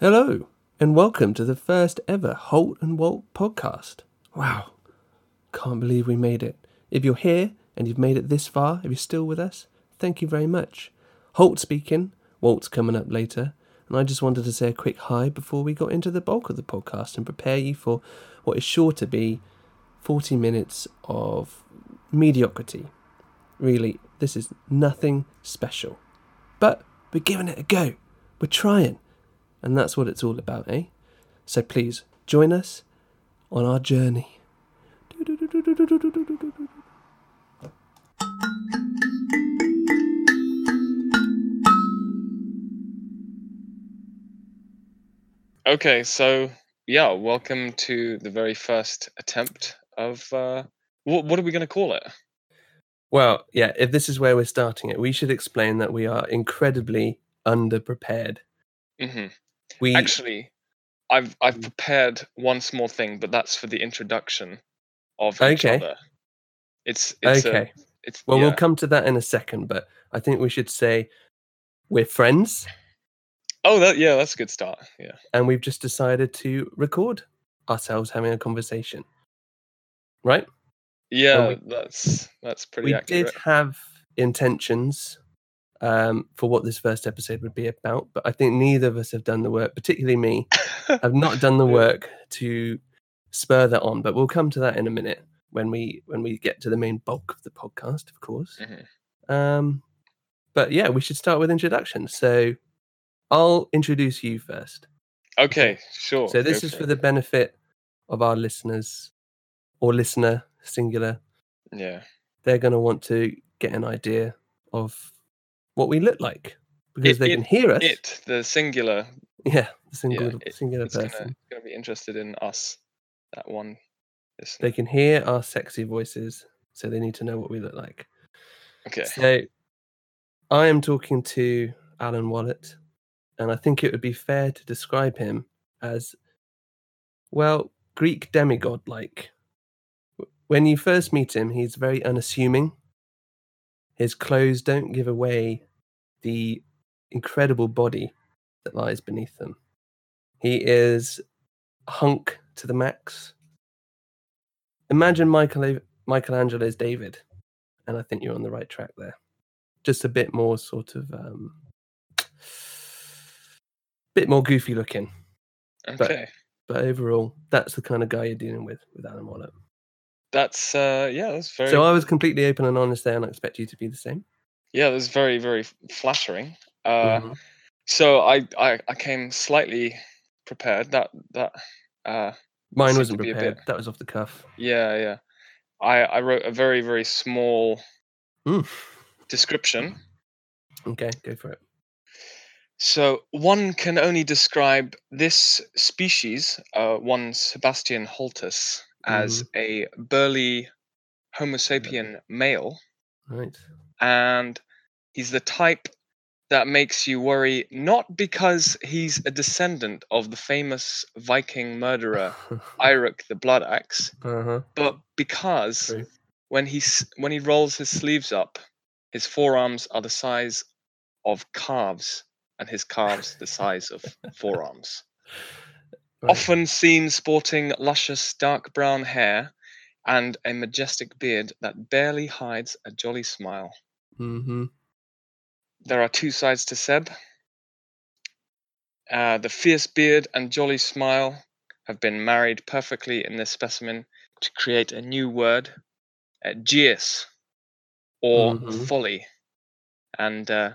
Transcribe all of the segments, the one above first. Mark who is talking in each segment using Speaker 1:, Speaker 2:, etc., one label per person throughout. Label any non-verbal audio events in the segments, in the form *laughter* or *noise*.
Speaker 1: Hello, and welcome to the first ever Holt and Walt podcast. Wow, can't believe we made it. If you're here and you've made it this far, if you're still with us, thank you very much. Holt speaking, Walt's coming up later, and I just wanted to say a quick hi before we got into the bulk of the podcast and prepare you for what is sure to be 40 minutes of mediocrity. Really, this is nothing special. But we're giving it a go. We're trying. And that's what it's all about, eh? So please join us on our journey.
Speaker 2: Okay, so yeah, welcome to the very first attempt of uh what what are we going to call it?
Speaker 1: Well, yeah, if this is where we're starting it, we should explain that we are incredibly underprepared.
Speaker 2: hmm
Speaker 1: Mm. We
Speaker 2: Actually, I've I've prepared one small thing, but that's for the introduction of each
Speaker 1: Okay.
Speaker 2: other. It's it's a-
Speaker 1: okay.
Speaker 2: it's
Speaker 1: well,
Speaker 2: yeah.
Speaker 1: we'll come to that in a second, but I think we should say we're friends
Speaker 2: oh that yeah that's a good start yeah
Speaker 1: and we've just decided to record ourselves having a conversation. Right?
Speaker 2: yeah
Speaker 1: we-
Speaker 2: that's that's pretty
Speaker 1: we
Speaker 2: accurate
Speaker 1: did have intentions um, for what this first episode would be about, but I think neither of us have done the work, particularly me, have not done the
Speaker 2: Yeah.
Speaker 1: work to spur that on. But we'll come to that in a minute when we when we get to the main bulk of the podcast, of course.
Speaker 2: Mhm.
Speaker 1: Um, but yeah, we should start with introductions. So I'll introduce you first.
Speaker 2: *laughs*
Speaker 1: *laughs*
Speaker 2: okay sure
Speaker 1: so this
Speaker 2: go
Speaker 1: is for the benefit of our listeners or listener singular
Speaker 2: it. yeah
Speaker 1: they're going to want to get an idea of what we look like because
Speaker 2: It-
Speaker 1: they
Speaker 2: it-
Speaker 1: can hear us.
Speaker 2: it the singular
Speaker 1: *laughs* yeah, the singular,
Speaker 2: it-
Speaker 1: singular
Speaker 2: it's gonna,
Speaker 1: person.
Speaker 2: it's gonna be interested in us that one listener.
Speaker 1: They can hear our sexy voices, so they need to know what we look like.
Speaker 2: Okay.
Speaker 1: So I am talking to Alan Wallet, and I think it would be fair to describe him as, well, Greek demigod like. When you first meet him, he's very unassuming. His clothes don't give away the incredible body that lies beneath them. He is a hunk to the max. Imagine Michael, Michelangelo's David, and I think you're on the right track there just a bit more sort of um bit more goofy looking *laughs* but-
Speaker 2: Okay.
Speaker 1: but overall that's the kind of guy you're dealing with with alan wallet
Speaker 2: That's uh yeah, that's very
Speaker 1: so i was completely open and honest there and i expect you to be the same
Speaker 2: yeah, that's very, very f- flattering. Uh
Speaker 1: Mhm.
Speaker 2: so I, I I came slightly prepared. That that uh
Speaker 1: mine
Speaker 2: seemed
Speaker 1: wasn't
Speaker 2: to be a bit-
Speaker 1: prepared that was off the cuff
Speaker 2: yeah, yeah. I, I wrote a very, very small
Speaker 1: Mm.
Speaker 2: description.
Speaker 1: okay go for it
Speaker 2: So one can only describe this species, uh, one Sebastian Holtus, as a burly Homo sapien male.
Speaker 1: right
Speaker 2: and he's the type that makes you worry not because he's a descendant of the famous
Speaker 1: *laughs*
Speaker 2: Viking murderer Eirik the Blood Axe,
Speaker 1: uh-huh
Speaker 2: but because
Speaker 1: True.
Speaker 2: when he s- when he rolls his sleeves up, his forearms are the size of calves, and his calves the size
Speaker 1: *laughs*
Speaker 2: of forearms.
Speaker 1: Right.
Speaker 2: Often seen sporting luscious dark brown hair and a majestic beard that barely hides a jolly smile.
Speaker 1: mm-hmm
Speaker 2: there are two sides to Seb. Uh, the fierce beard and jolly smile have been married perfectly in this specimen to create a new word, uh, jeers, or
Speaker 1: Mhm.
Speaker 2: folly. And uh,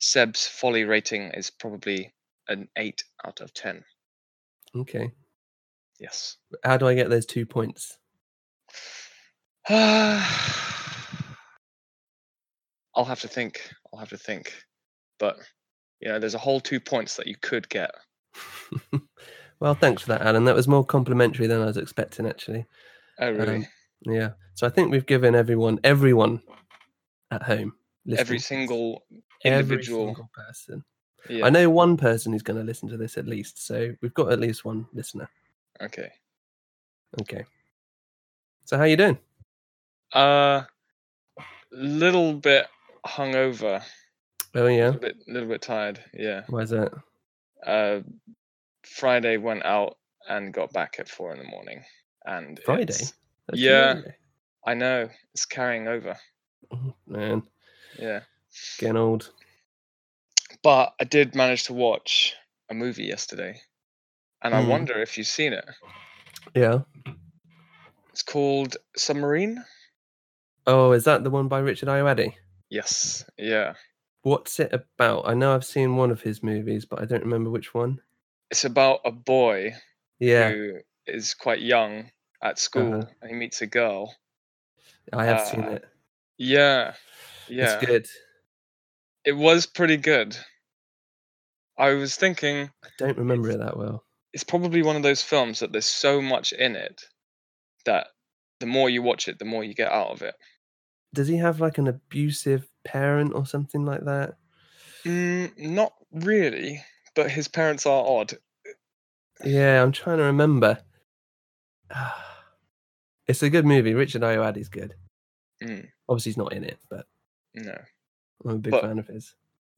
Speaker 2: Seb's folly rating is probably an 8 out of 10.
Speaker 1: okay
Speaker 2: Yes. *sighs*
Speaker 1: how do i get those two points *laughs*
Speaker 2: I'll have to think. I'll have to think. But, you know, there's a whole two points that you could get.
Speaker 1: well thanks for that alan that was more complimentary than i was expecting actually
Speaker 2: Oh, really?
Speaker 1: Um, yeah. So I think we've given everyone, everyone at home, listening to
Speaker 2: every
Speaker 1: this,
Speaker 2: single
Speaker 1: every
Speaker 2: individual.
Speaker 1: single person.
Speaker 2: Yeah.
Speaker 1: I know one person who's going to listen to this at least. So we've got at least one listener.
Speaker 2: Okay.
Speaker 1: Okay. So how you doing?
Speaker 2: Uh, little bit hungover,
Speaker 1: Oh yeah.
Speaker 2: a bit, little bit tired. Yeah.
Speaker 1: Why's that?
Speaker 2: Uh, Friday went out and got back at four in the morning. And
Speaker 1: Friday?
Speaker 2: it's-
Speaker 1: That's
Speaker 2: Yeah.
Speaker 1: Monday.
Speaker 2: I know it's carrying over.
Speaker 1: Oh, *laughs* man,
Speaker 2: Yeah,
Speaker 1: getting old.
Speaker 2: but I did manage to watch a movie yesterday, and I
Speaker 1: Hmm.
Speaker 2: wonder if you've seen it.
Speaker 1: Yeah.
Speaker 2: It's called Submarine.
Speaker 1: Oh, is that the one by Richard Ayoade?
Speaker 2: Yes. Yeah.
Speaker 1: What's it about? I know I've seen one of his movies, but I don't remember which one.
Speaker 2: It's about a boy
Speaker 1: Yeah, Uh-huh.
Speaker 2: who is quite young at school and he meets a girl.
Speaker 1: I have seen
Speaker 2: uh,
Speaker 1: it.
Speaker 2: Yeah. Yeah.
Speaker 1: It's good.
Speaker 2: It was pretty good. I was thinking
Speaker 1: I don't remember it that well.
Speaker 2: it's probably one of those films that there's so much in it that the more you watch it, the more you get out of it.
Speaker 1: Does he have like an abusive parent or something like that?
Speaker 2: Mm, not really, but his parents are odd.
Speaker 1: Yeah, I'm trying to remember. *sighs* Ah, it's a good movie. Richard Ayoade's good.
Speaker 2: Mm.
Speaker 1: Obviously, he's not in it, but
Speaker 2: No.
Speaker 1: I'm a big
Speaker 2: But-
Speaker 1: fan of his.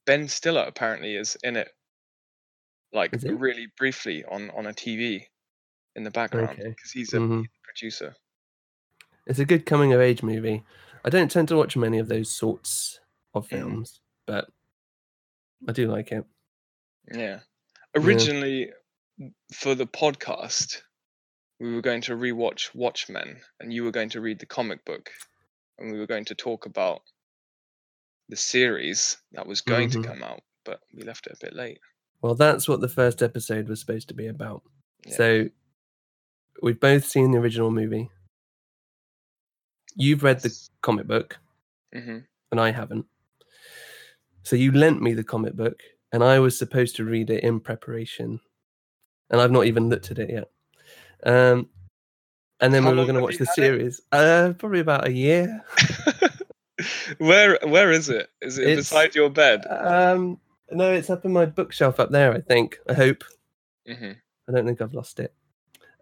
Speaker 2: Ben Stiller apparently is in it like
Speaker 1: Is he?
Speaker 2: really briefly on on a TV in the background because
Speaker 1: Okay.
Speaker 2: he's a
Speaker 1: Mhm.
Speaker 2: producer.
Speaker 1: It's a good coming of age movie. I don't tend to watch many of those sorts
Speaker 2: Mm.
Speaker 1: of films, but I do like it.
Speaker 2: Yeah. Originally, w- for the podcast, we were going to rewatch Watchmen, and you were going to read the comic book, and we were going to talk about the series that was going
Speaker 1: Mhm.
Speaker 2: to come out, but we left it a bit late.
Speaker 1: Well, that's what the first episode was supposed to be about.
Speaker 2: Yeah.
Speaker 1: So we've both seen the original movie. You've read the comic book,
Speaker 2: hmm
Speaker 1: and I haven't. So you lent me the comic book, and I was supposed to read it in preparation, and I've not even looked at it yet. Um, and then
Speaker 2: How
Speaker 1: we were
Speaker 2: long
Speaker 1: going to
Speaker 2: have
Speaker 1: watch the
Speaker 2: you had it?
Speaker 1: series. Uh, probably about a year.
Speaker 2: *laughs* where where is it? Is it
Speaker 1: It's-
Speaker 2: beside your bed?
Speaker 1: Um, no, it's up in my bookshelf up there. I think. I hope.
Speaker 2: hmm
Speaker 1: I don't think I've lost it.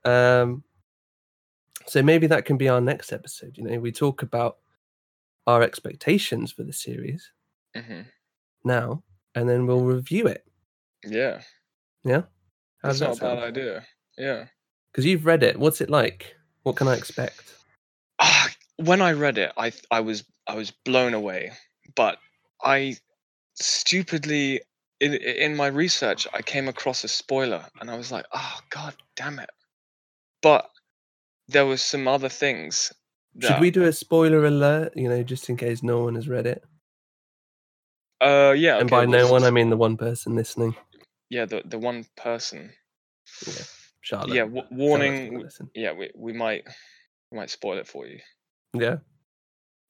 Speaker 1: Um, so maybe that can be our next episode. You know, we talk about our expectations for the series
Speaker 2: hmm
Speaker 1: now, and then we'll review it.
Speaker 2: Yeah,
Speaker 1: How does
Speaker 2: that's not
Speaker 1: that
Speaker 2: a bad
Speaker 1: sound?
Speaker 2: idea. Yeah.
Speaker 1: Because you've read it. What's it like? What can I expect?
Speaker 2: Ah, when I read it, I th- I was I was blown away. But I stupidly in i- in my research, I came across a spoiler, and I was like, "Oh God, damn it!" But there was some other things.
Speaker 1: Should
Speaker 2: that-
Speaker 1: we do a spoiler alert? You know, just in case no one has read it.
Speaker 2: Uh, yeah.
Speaker 1: and
Speaker 2: okay,
Speaker 1: by
Speaker 2: we'll
Speaker 1: no
Speaker 2: s-
Speaker 1: one, I mean the one person listening.
Speaker 2: yeah, the the one person.
Speaker 1: Charlotte.
Speaker 2: yeah, w-
Speaker 1: Charlotte's
Speaker 2: warning.
Speaker 1: gonna
Speaker 2: w-
Speaker 1: listen.
Speaker 2: Yeah, we we might we might spoil it for you.
Speaker 1: Yeah,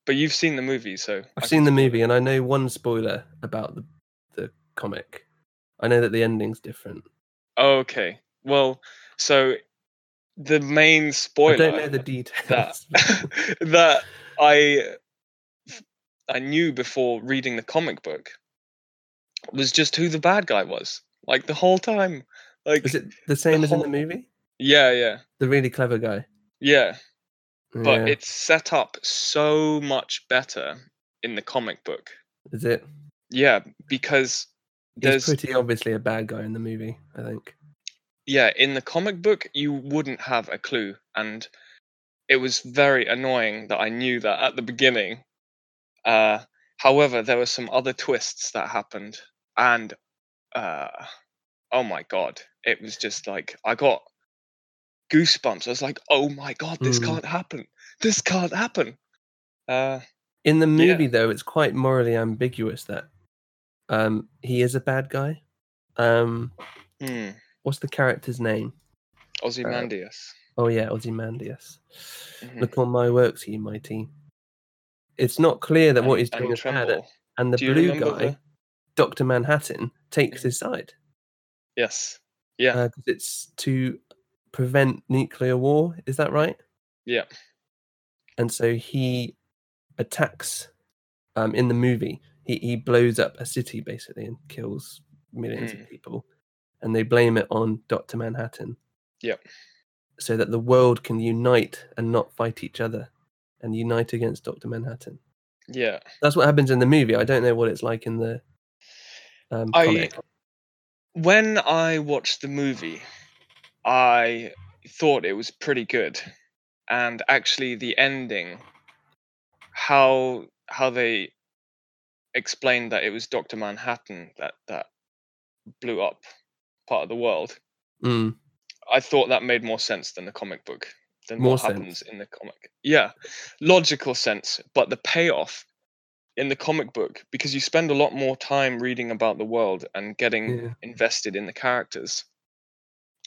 Speaker 2: But you've seen the movie, so I
Speaker 1: I've
Speaker 2: can
Speaker 1: seen the
Speaker 2: spoil it.
Speaker 1: movie, and I know one spoiler about the the comic. I know that the ending's different.
Speaker 2: Okay. Well, so the main spoiler.
Speaker 1: I don't know the details. *laughs*
Speaker 2: that *laughs* that I I knew before reading the comic book was just who the bad guy was, like the whole time. Like,
Speaker 1: Is it the same as in the
Speaker 2: whole-
Speaker 1: movie?
Speaker 2: yeah, yeah,
Speaker 1: The really clever guy.
Speaker 2: yeah. But
Speaker 1: Yeah.
Speaker 2: it's set up so much better in the comic book.
Speaker 1: is it?
Speaker 2: Yeah, because
Speaker 1: He's
Speaker 2: there's
Speaker 1: pretty obviously a bad guy in the movie. I think.
Speaker 2: yeah in the comic book you wouldn't have a clue, and it was very annoying that I knew that at the beginning. Uh, however, there were some other twists that happened, and uh, oh my god, it was just like I got goosebumps. I was like, oh my god, this
Speaker 1: Mm.
Speaker 2: can't happen. This can't happen. Uh,
Speaker 1: In the
Speaker 2: Yeah.
Speaker 1: movie, though, it's quite morally ambiguous that um, he is a bad guy. Um,
Speaker 2: hmm,
Speaker 1: what's the character's name? Uh,
Speaker 2: Ozymandias.
Speaker 1: Oh yeah, Ozymandias.
Speaker 2: Mhm.
Speaker 1: Look on my works, he mighty. It's not clear that what
Speaker 2: and-
Speaker 1: he's
Speaker 2: and
Speaker 1: doing is bad,
Speaker 2: Tremble.
Speaker 1: and the
Speaker 2: Do you
Speaker 1: blue
Speaker 2: remember
Speaker 1: guy,
Speaker 2: the-
Speaker 1: Doctor Manhattan, takes his side.
Speaker 2: Yes. Yeah.
Speaker 1: uh, 'cause it's to prevent nuclear war. Is that right?
Speaker 2: Yeah.
Speaker 1: And so he attacks um, in the movie. He he blows up a city basically and kills millions
Speaker 2: Hmm.
Speaker 1: of people, and they blame it on Doctor Manhattan.
Speaker 2: Yep.
Speaker 1: So that the world can unite and not fight each other, and unite against Doctor Manhattan.
Speaker 2: yeah.
Speaker 1: That's what happens in the movie. I don't know what it's like in the um,
Speaker 2: I-
Speaker 1: comic.
Speaker 2: when I watched the movie, I thought it was pretty good, and actually the ending, how how they explained that it was Doctor Manhattan that that blew up part of the world.
Speaker 1: Mm.
Speaker 2: I thought that made more sense than the comic book than
Speaker 1: More
Speaker 2: what
Speaker 1: sense.
Speaker 2: happens in the comic. Yeah, logical sense, but the payoff in the comic book because you spend a lot more time reading about the world and getting
Speaker 1: Yeah.
Speaker 2: invested in the characters.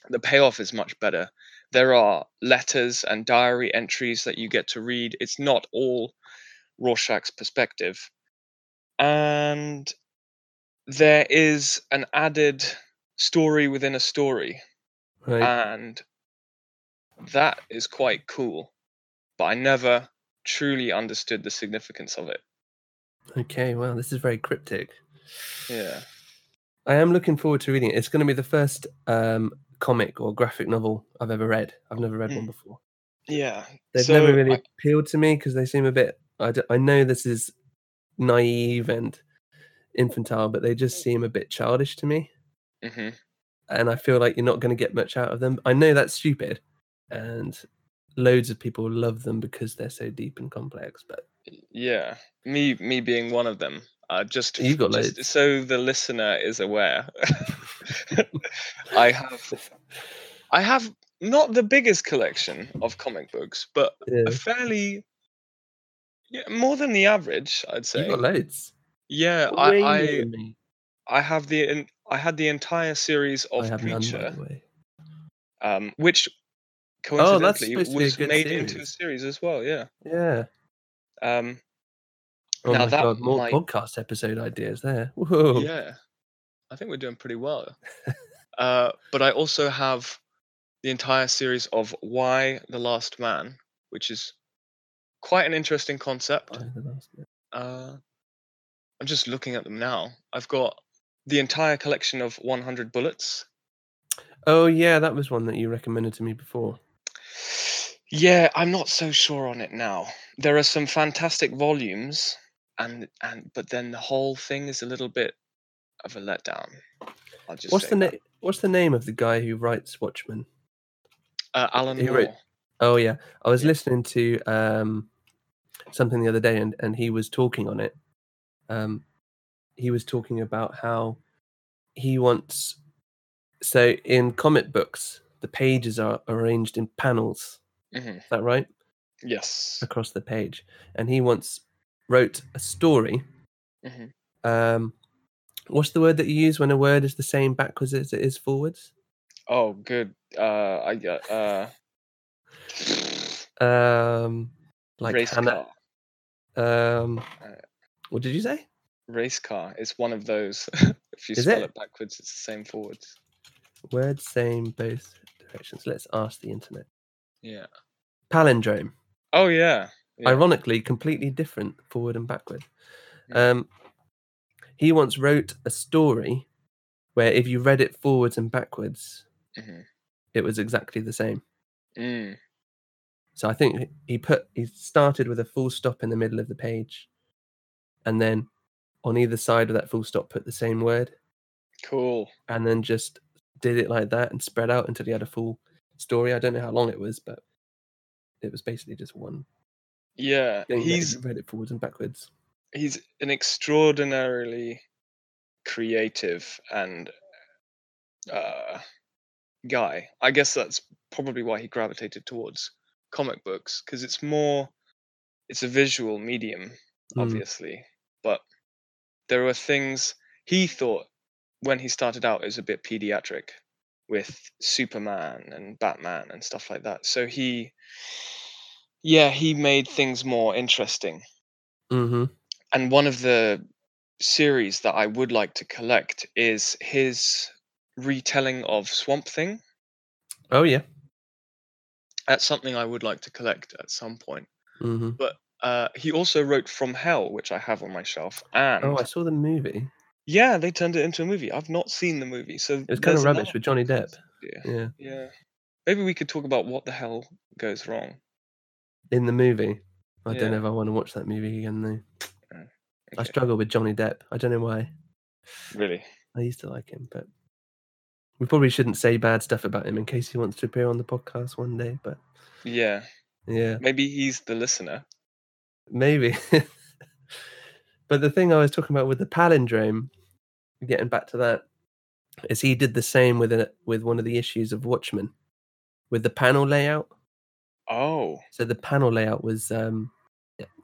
Speaker 2: The payoff is much better. There are letters and diary entries that you get to read. It's not all Rorschach's perspective. And there is an added story within a story,
Speaker 1: Right.
Speaker 2: and that is quite cool. But I never truly understood the significance of it.
Speaker 1: okay. Wow. This is very cryptic.
Speaker 2: Yeah.
Speaker 1: I am looking forward to reading it. It's going to be the first um, comic or graphic novel I've ever read. I've never read one
Speaker 2: Mm.
Speaker 1: before.
Speaker 2: Yeah.
Speaker 1: They've
Speaker 2: so
Speaker 1: never really
Speaker 2: I-
Speaker 1: appealed to me because they seem a bit. I, d- I know this is naive and infantile, but they just seem a bit childish to me.
Speaker 2: mhm.
Speaker 1: and I feel like you're not going to get much out of them. I know that's stupid, and loads of people love them because they're so deep and complex. But
Speaker 2: Yeah. Me me being one of them. Uh, just
Speaker 1: You've got
Speaker 2: just
Speaker 1: loads.
Speaker 2: so the listener is aware. *laughs* I have I have not the biggest collection of comic books, but
Speaker 1: yeah,
Speaker 2: a fairly yeah, more than the average, I'd
Speaker 1: you've
Speaker 2: say.
Speaker 1: got loads.
Speaker 2: Yeah,
Speaker 1: Way
Speaker 2: I,
Speaker 1: more
Speaker 2: I
Speaker 1: than me.
Speaker 2: I have the en- I had the entire series
Speaker 1: I
Speaker 2: of
Speaker 1: have none, by
Speaker 2: Preacher,
Speaker 1: the way.
Speaker 2: um, which
Speaker 1: Oh, that's
Speaker 2: coincidentally
Speaker 1: supposed to be a
Speaker 2: was
Speaker 1: good
Speaker 2: made into a
Speaker 1: series.
Speaker 2: series as well. Yeah.
Speaker 1: Yeah.
Speaker 2: Um,
Speaker 1: Oh
Speaker 2: now
Speaker 1: my
Speaker 2: that
Speaker 1: god, more
Speaker 2: might
Speaker 1: podcast episode ideas there. Whoa.
Speaker 2: yeah, I think we're doing pretty well. Uh, but I also have the entire series of Why the Last Man, which is quite an interesting concept.
Speaker 1: Why the last man?
Speaker 2: Uh, I'm just looking at them now. I've got the entire collection of 100 Bullets.
Speaker 1: Oh yeah, that was one that you recommended to me before.
Speaker 2: Yeah, I'm not so sure on it now. There are some fantastic volumes, and and but then the whole thing is a little bit of a letdown. I'll just
Speaker 1: What's
Speaker 2: say
Speaker 1: the
Speaker 2: that.
Speaker 1: name? What's the name of the guy who writes Watchmen?
Speaker 2: Uh, Alan
Speaker 1: He wrote-
Speaker 2: Moore.
Speaker 1: Oh yeah, I was
Speaker 2: Yeah.
Speaker 1: listening to um, something the other day, and and he was talking on it. Um, he was talking about how he wants. So in comic books, the pages are arranged in panels.
Speaker 2: hmm
Speaker 1: Is that right?
Speaker 2: Yes.
Speaker 1: Across the page, and he once wrote a story.
Speaker 2: hmm
Speaker 1: Um, what's the word that you use when a word is the same backwards as it is forwards?
Speaker 2: Oh, good. Uh, I got uh, *sighs*
Speaker 1: Um, like
Speaker 2: race
Speaker 1: Hannah.
Speaker 2: car.
Speaker 1: Um,
Speaker 2: Uh,
Speaker 1: what did you say?
Speaker 2: Race car. It's one of those. *laughs* if you
Speaker 1: Is
Speaker 2: spell
Speaker 1: it?
Speaker 2: it backwards, it's the same forwards.
Speaker 1: Words same both directions. Let's ask the internet.
Speaker 2: Yeah.
Speaker 1: Palindrome.
Speaker 2: Oh yeah. Yeah.
Speaker 1: Ironically, completely different forward and backward.
Speaker 2: Yeah.
Speaker 1: Um, he once wrote a story where if you read it forwards and backwards,
Speaker 2: hmm
Speaker 1: it was exactly the same.
Speaker 2: Mm.
Speaker 1: So I think he put he started with a full stop in the middle of the page, and then on either side of that full stop put the same word,
Speaker 2: Cool.
Speaker 1: and then just did it like that and spread out until he had a full story. I don't know how long it was, but it was basically just one
Speaker 2: Yeah.
Speaker 1: thing. that if
Speaker 2: He's
Speaker 1: you read it forwards and backwards.
Speaker 2: he's an extraordinarily creative and uh, guy. I guess that's probably why he gravitated towards comic books because it's more it's a visual medium,
Speaker 1: Mm,
Speaker 2: obviously, but there were things he thought when he started out as a bit pediatric with Superman and Batman and stuff like that. So he yeah, he made things more interesting.
Speaker 1: hmm
Speaker 2: And one of the series that I would like to collect is his retelling of Swamp Thing.
Speaker 1: Oh yeah.
Speaker 2: That's something I would like to collect at some point.
Speaker 1: hmm
Speaker 2: But uh, he also wrote From Hell, which I have on my shelf.
Speaker 1: Oh,
Speaker 2: And
Speaker 1: I saw the movie.
Speaker 2: yeah, they turned it into a movie. I've not seen the movie. So
Speaker 1: It was kind of
Speaker 2: there's
Speaker 1: rubbish
Speaker 2: another
Speaker 1: with Johnny Depp.
Speaker 2: concept here.
Speaker 1: Yeah,
Speaker 2: Yeah. Maybe we could talk about what the hell goes wrong.
Speaker 1: in the movie. I don't know
Speaker 2: Yeah.
Speaker 1: if I want to watch that movie again though.
Speaker 2: uh,
Speaker 1: I
Speaker 2: Okay.
Speaker 1: struggle with Johnny Depp. I don't know why.
Speaker 2: Really?
Speaker 1: I used to like him, but We probably shouldn't say bad stuff about him in case he wants to appear on the podcast one day, but
Speaker 2: Yeah.
Speaker 1: yeah,
Speaker 2: Maybe he's the listener.
Speaker 1: maybe. *laughs* but the thing I was talking about with the palindrome, getting back to that, is he did the same with a, with one of the issues of Watchmen, with the panel layout.
Speaker 2: Oh.
Speaker 1: So the panel layout was um,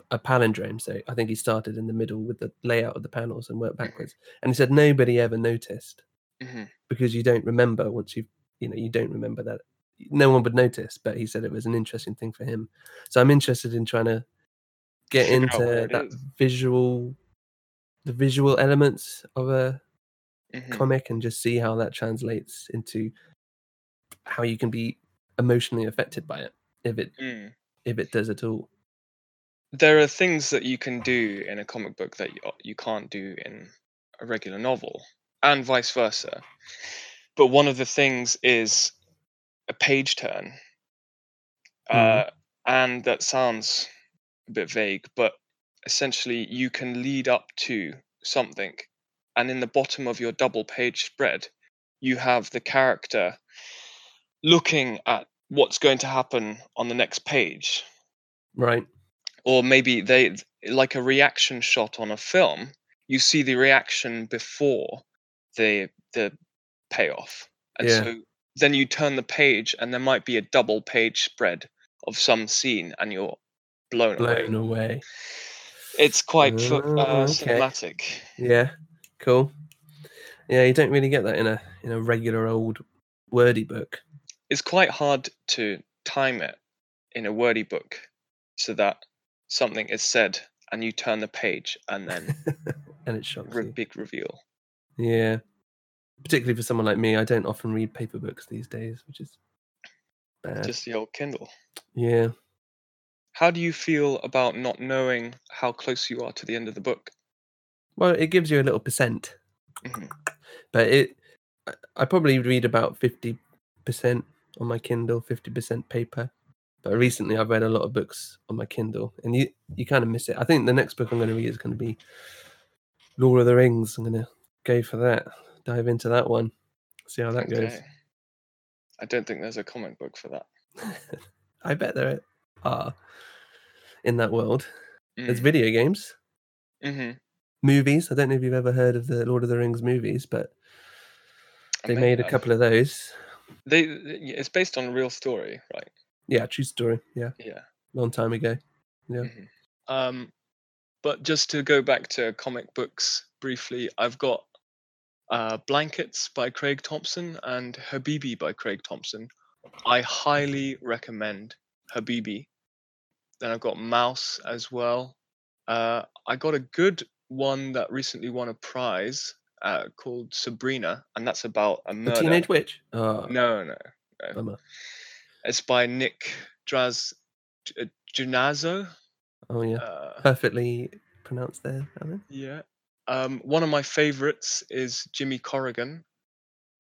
Speaker 1: a palindrome. So I think he started in the middle with the layout of the panels and
Speaker 2: Mm-hmm.
Speaker 1: worked backwards. And he said nobody ever noticed
Speaker 2: Mhm.
Speaker 1: because you don't remember once you you know you don't remember that no one would notice. But he said it was an interesting thing for him. So I'm interested in trying to get
Speaker 2: Figure out
Speaker 1: into
Speaker 2: where it
Speaker 1: that
Speaker 2: is.
Speaker 1: visual the visual elements of a
Speaker 2: Mhm.
Speaker 1: comic and just see how that translates into how you can be emotionally affected by it if it
Speaker 2: Mm.
Speaker 1: if it does at all
Speaker 2: there are things that you can do in a comic book that you, uh, you can't do in a regular novel and vice versa but one of the things is a page turn
Speaker 1: Mhm.
Speaker 2: uh, and that sounds a bit vague but essentially you can lead up to something and in the bottom of your double page spread you have the character looking at what's going to happen on the next page
Speaker 1: right
Speaker 2: or maybe they like a reaction shot on a film you see the reaction before the the payoff and
Speaker 1: Yeah.
Speaker 2: so then you turn the page and there might be a double page spread of some scene and you're blown,
Speaker 1: blown
Speaker 2: away
Speaker 1: away
Speaker 2: it's quite fl-
Speaker 1: Oh,
Speaker 2: uh,
Speaker 1: okay.
Speaker 2: cinematic
Speaker 1: yeah cool yeah you don't really get that in a in a regular old wordy book
Speaker 2: it's quite hard to time it in a wordy book so that something is said and you turn the page and
Speaker 1: *laughs*
Speaker 2: then
Speaker 1: and it shocks
Speaker 2: re-
Speaker 1: you.
Speaker 2: big reveal
Speaker 1: yeah particularly for someone like me i don't often read paper books these days which is bad
Speaker 2: just the old kindle
Speaker 1: yeah
Speaker 2: How do you feel about not knowing how close you are to the end of the book?
Speaker 1: well it gives you a little percent
Speaker 2: Mhm.
Speaker 1: but it I- i probably read about 50% on my kindle 50% paper but recently i've read a lot of books on my kindle and you you kind of miss it i think the next book i'm going to read is going to be lord of the rings i'm going to go for that dive into that one see how that goes
Speaker 2: Okay. I don't think there's a comic book for that.
Speaker 1: *laughs* i bet there are in that world there's
Speaker 2: Mm.
Speaker 1: video games
Speaker 2: Mhm.
Speaker 1: movies i don't know if you've ever heard of the lord of the rings movies but
Speaker 2: I
Speaker 1: they
Speaker 2: may
Speaker 1: made a
Speaker 2: have.
Speaker 1: couple of those
Speaker 2: They, th- y- it's based on a real story, right?
Speaker 1: yeah true story yeah
Speaker 2: Yeah.
Speaker 1: long time ago
Speaker 2: Um, but just to go back to comic books briefly, I've got uh, Blankets by Craig Thompson and Habibi by Craig Thompson. I highly recommend Habibi. Then I've got Mouse as well. Uh, I got a good one that recently won a prize uh, called Sabrina, and that's about a
Speaker 1: the
Speaker 2: murder.
Speaker 1: teenage witch oh
Speaker 2: No, no, no.
Speaker 1: bummer
Speaker 2: It's by Nick Draz J- uh, Junazzo.
Speaker 1: oh yeah
Speaker 2: Uh,
Speaker 1: perfectly pronounced there, Alan.
Speaker 2: yeah. Um, one of my favorites is Jimmy Corrigan,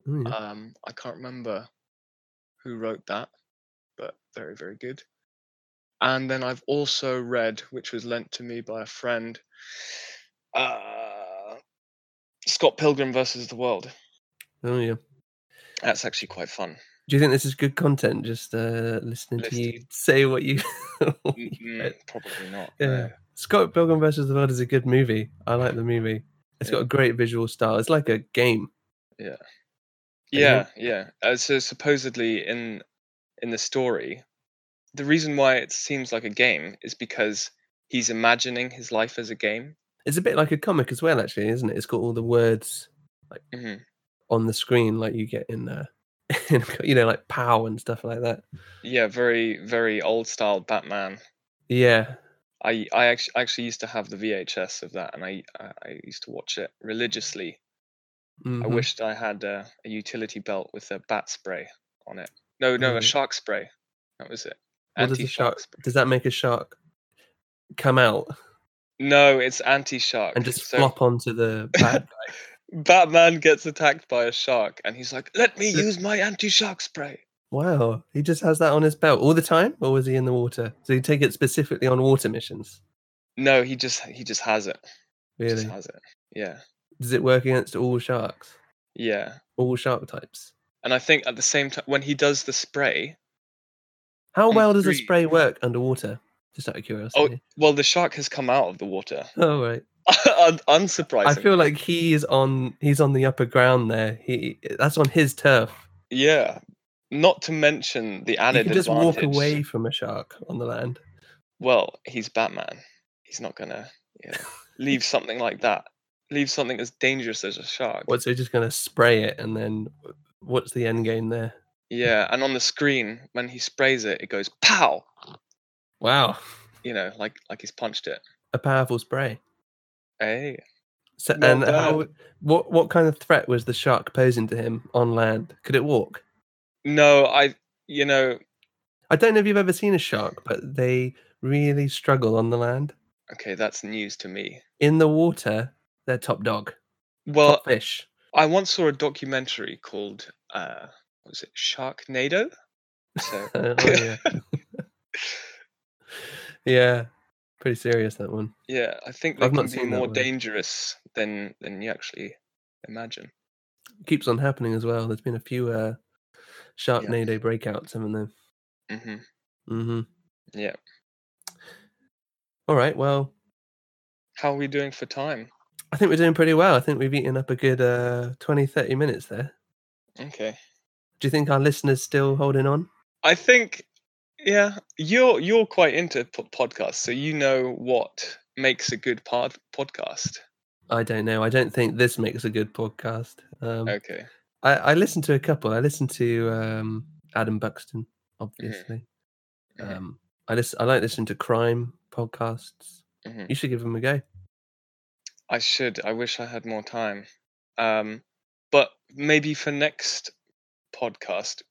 Speaker 1: Ooh, Oh, yeah.
Speaker 2: Um, I can't remember who wrote that, but very, very good. And then I've also read, which was lent to me by a friend, uh, Scott Pilgrim versus the World.
Speaker 1: Oh yeah.
Speaker 2: That's actually quite fun.
Speaker 1: Do you think this is good content? Just uh, listening to
Speaker 2: Listening.
Speaker 1: you say what you. *laughs* what you
Speaker 2: Mm,
Speaker 1: read?
Speaker 2: Probably not.
Speaker 1: Yeah.
Speaker 2: no.
Speaker 1: Scott Pilgrim versus the World is a good movie. I like the movie. It's got
Speaker 2: Yeah.
Speaker 1: a great visual style. It's like a game.
Speaker 2: Yeah,
Speaker 1: Anyone?
Speaker 2: yeah. Uh, so supposedly in in the story, the reason why it seems like a game is because he's imagining his life as a game.
Speaker 1: It's a bit like a comic as well, actually, isn't it? It's got all the words
Speaker 2: hmm
Speaker 1: Mm-hmm. on the screen, like you get in, uh, *laughs* in you know, like pow and stuff like that.
Speaker 2: Yeah, very, very old style Batman.
Speaker 1: Yeah,
Speaker 2: I I actually actually used to have the VHS of that, and I I I used to watch it religiously.
Speaker 1: mhm.
Speaker 2: I wished I had a, a utility belt with a bat spray on it. No, no,
Speaker 1: Oh.
Speaker 2: a shark spray. That was it.
Speaker 1: What does a
Speaker 2: Anti-shark
Speaker 1: shark?
Speaker 2: spray.
Speaker 1: Does that make a shark come out
Speaker 2: No, it's anti-shark.
Speaker 1: and just
Speaker 2: so
Speaker 1: flop onto the
Speaker 2: *laughs*
Speaker 1: bad
Speaker 2: Batman gets attacked by a shark, and he's like, "Let me
Speaker 1: Look-
Speaker 2: use my anti-shark spray."
Speaker 1: Wow, he just has that on his belt all the time, or was he in the water? So he take it specifically on water missions.
Speaker 2: No, he just he just has it. He
Speaker 1: Really?
Speaker 2: Just has it. Yeah,
Speaker 1: Does it work against all sharks,
Speaker 2: yeah.
Speaker 1: all shark types?
Speaker 2: And I think at the same time, when he does the spray,
Speaker 1: How
Speaker 2: And
Speaker 1: well does the
Speaker 2: three.
Speaker 1: spray work underwater? Just
Speaker 2: Oh,
Speaker 1: out of curiosity. *laughs*
Speaker 2: well, the shark has come out of the water. *laughs*
Speaker 1: Oh, right.
Speaker 2: Un- Unsurprising.
Speaker 1: I feel like he is on he's on the upper ground there. He that's on his turf.
Speaker 2: yeah. Not to mention the
Speaker 1: He
Speaker 2: added
Speaker 1: can just walk
Speaker 2: advantage.
Speaker 1: away from a shark on the land.
Speaker 2: Well, he's Batman. He's not gonna you know,
Speaker 1: *laughs*
Speaker 2: leave something like that. Leave something as dangerous as a shark.
Speaker 1: What's he just going to spray it and then what's the end game there?
Speaker 2: Yeah, and on the screen when he sprays it, it goes pow.
Speaker 1: Wow,
Speaker 2: You know, like like he's punched it.
Speaker 1: a powerful spray.
Speaker 2: Hey,
Speaker 1: So,
Speaker 2: Not
Speaker 1: and how, what what kind of threat was the shark posing to him on land? Could it walk?
Speaker 2: no, I. You know,
Speaker 1: I don't know if you've ever seen a shark, but they really struggle on the land.
Speaker 2: okay, that's news to me.
Speaker 1: In the water, they're top dog,
Speaker 2: Well,
Speaker 1: top
Speaker 2: *laughs*
Speaker 1: fish.
Speaker 2: I once saw a documentary called uh what was it Sharknado? So
Speaker 1: oh, yeah. *laughs* yeah, pretty serious that one.
Speaker 2: yeah, I think they
Speaker 1: I've not
Speaker 2: can be
Speaker 1: seen that
Speaker 2: more
Speaker 1: one.
Speaker 2: dangerous than than you actually imagine.
Speaker 1: Keeps on happening as well. There's been a few uh, Sharknado breakouts, haven't there?
Speaker 2: hmm
Speaker 1: Mm-hmm.
Speaker 2: Yeah.
Speaker 1: All right. Well,
Speaker 2: How are we doing for time?
Speaker 1: I think we're doing pretty well. I think we've eaten up a good uh, 20, 30 minutes there.
Speaker 2: Okay.
Speaker 1: Do you think our listeners still holding on?
Speaker 2: I think yeah, you're you're quite into po- podcasts, so you know what makes a good pod- podcast.
Speaker 1: I don't know. I don't think this makes a good podcast. Um,
Speaker 2: Okay.
Speaker 1: I, I listened to a couple. I listened to um, Adam Buxton, obviously.
Speaker 2: Mhm.
Speaker 1: Um, I listen. I like listening to crime podcasts.
Speaker 2: Mhm.
Speaker 1: You should give them a go.
Speaker 2: I should. I wish I had more time. Um but maybe for next podcast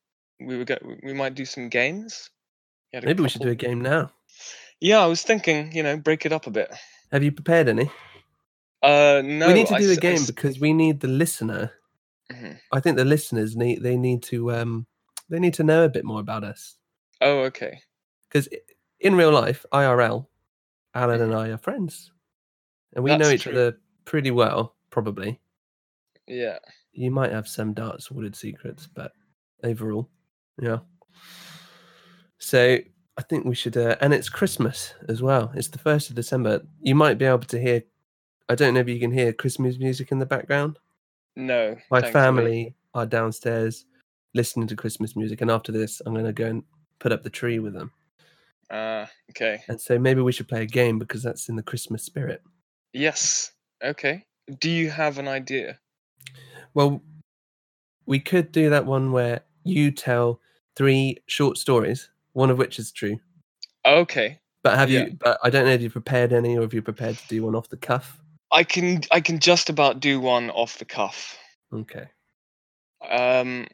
Speaker 2: we would go we might do some games. You had a
Speaker 1: Maybe we should do
Speaker 2: couple-
Speaker 1: a game now.
Speaker 2: Yeah, I was thinking, you know, break it up a bit.
Speaker 1: Have you prepared any?
Speaker 2: Uh, no,
Speaker 1: we need to
Speaker 2: I
Speaker 1: do a
Speaker 2: s- I
Speaker 1: game
Speaker 2: s-
Speaker 1: because we need the listener
Speaker 2: Mhm.
Speaker 1: I think the listeners need they need to um they need to know a bit more about us
Speaker 2: Oh, okay.
Speaker 1: because in real life, IRL, Alan and I are friends, and we know
Speaker 2: Mm-hmm. That's
Speaker 1: each
Speaker 2: true.
Speaker 1: other pretty well. Probably,
Speaker 2: Yeah.
Speaker 1: you might have some dark sworded secrets, but overall, yeah. So I think we should, uh, and it's Christmas as well. It's the first of December. You might be able to hear. I don't know if you can hear Christmas music in the background.
Speaker 2: No.
Speaker 1: my
Speaker 2: thankfully.
Speaker 1: family are downstairs listening to Christmas music, and after this, I'm going to go and put up the tree with them.
Speaker 2: Uh, okay.
Speaker 1: And so maybe we should play a game because that's in the Christmas spirit.
Speaker 2: Yes. Okay. Do you have an idea?
Speaker 1: Well, we could do that one where you tell three short stories, one of which is true.
Speaker 2: Okay.
Speaker 1: But have
Speaker 2: Yeah.
Speaker 1: you? But I don't know if you prepared any, or if you're prepared to do one off the cuff.
Speaker 2: I can I can just about do one off the cuff.
Speaker 1: Okay. *laughs*
Speaker 2: Um,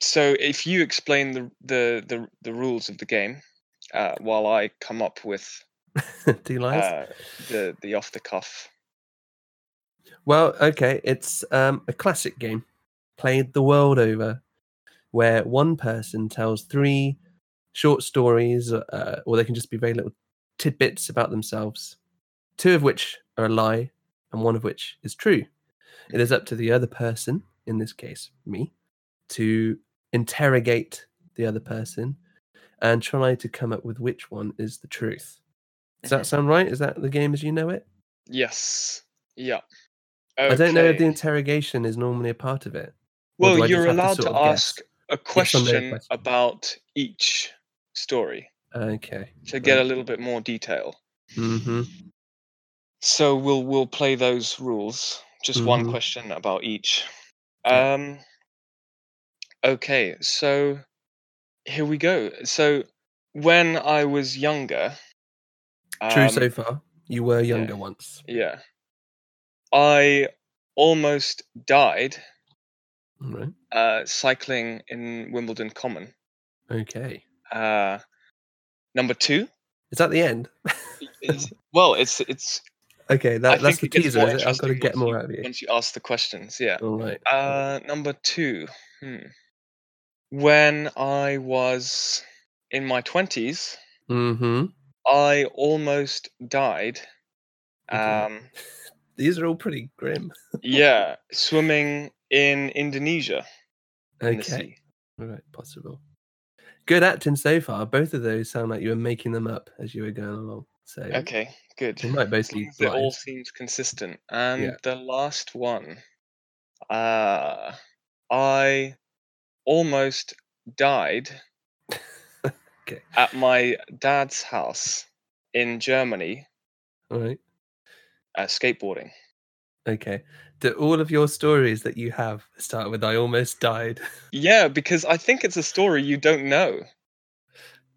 Speaker 2: so if you explain the the the, the rules of the game, uh, while I come up with
Speaker 1: do you like?
Speaker 2: uh, the the off the cuff.
Speaker 1: Well, okay, it's um, a classic game played the world over, where one person tells three short stories, uh, or they can just be very little tidbits about themselves, two of which are a lie and one of which is true. It is up to the other person, in this case, me, to interrogate the other person and try to come up with which one is the truth. Does that sound right? Is that the game as you know it?
Speaker 2: Yes. Yeah.
Speaker 1: I don't know if the
Speaker 2: Okay.
Speaker 1: interrogation is normally a part of it. Or do
Speaker 2: Well,
Speaker 1: I just
Speaker 2: you're
Speaker 1: have to
Speaker 2: allowed to,
Speaker 1: sort of guess?
Speaker 2: ask a
Speaker 1: Yes or no
Speaker 2: question
Speaker 1: question.
Speaker 2: about each story
Speaker 1: Okay.
Speaker 2: to get a
Speaker 1: Right.
Speaker 2: little bit more detail.
Speaker 1: hmm
Speaker 2: So we'll we'll play those rules. Just one
Speaker 1: Mhm.
Speaker 2: question about each.
Speaker 1: Yeah.
Speaker 2: Um okay, so here we go. So when I was younger
Speaker 1: True
Speaker 2: um,
Speaker 1: so far. You were younger once.
Speaker 2: yeah. I almost died
Speaker 1: All right.
Speaker 2: uh cycling in Wimbledon Common.
Speaker 1: Okay.
Speaker 2: Uh number 2
Speaker 1: Is that the end? *laughs*
Speaker 2: is well, it's it's
Speaker 1: Okay, that, that's
Speaker 2: think
Speaker 1: the
Speaker 2: it gets
Speaker 1: teaser,
Speaker 2: more
Speaker 1: is it? I've got to
Speaker 2: interesting
Speaker 1: get
Speaker 2: once
Speaker 1: more out of you.
Speaker 2: once you ask the questions. Yeah.
Speaker 1: All right.
Speaker 2: Uh, number two. Hmm. When I was in my twenties,
Speaker 1: Mm-hmm.
Speaker 2: I almost died.
Speaker 1: Okay.
Speaker 2: Um,
Speaker 1: These are all pretty grim.
Speaker 2: yeah, swimming in Indonesia. in the
Speaker 1: Okay.
Speaker 2: sea.
Speaker 1: All right, possible. Good acting so far. Both of those sound like you were making them up as you were going along. So
Speaker 2: Okay, good.
Speaker 1: they might
Speaker 2: As long
Speaker 1: basically
Speaker 2: as it
Speaker 1: blind.
Speaker 2: all seems consistent. And
Speaker 1: Yeah.
Speaker 2: the last one. Uh I almost died
Speaker 1: *laughs* Okay.
Speaker 2: at my dad's house in Germany
Speaker 1: All right.
Speaker 2: uh, skateboarding.
Speaker 1: Okay. Do all of your stories that you have start with "I almost died"?
Speaker 2: Yeah, because I think it's a story you don't know.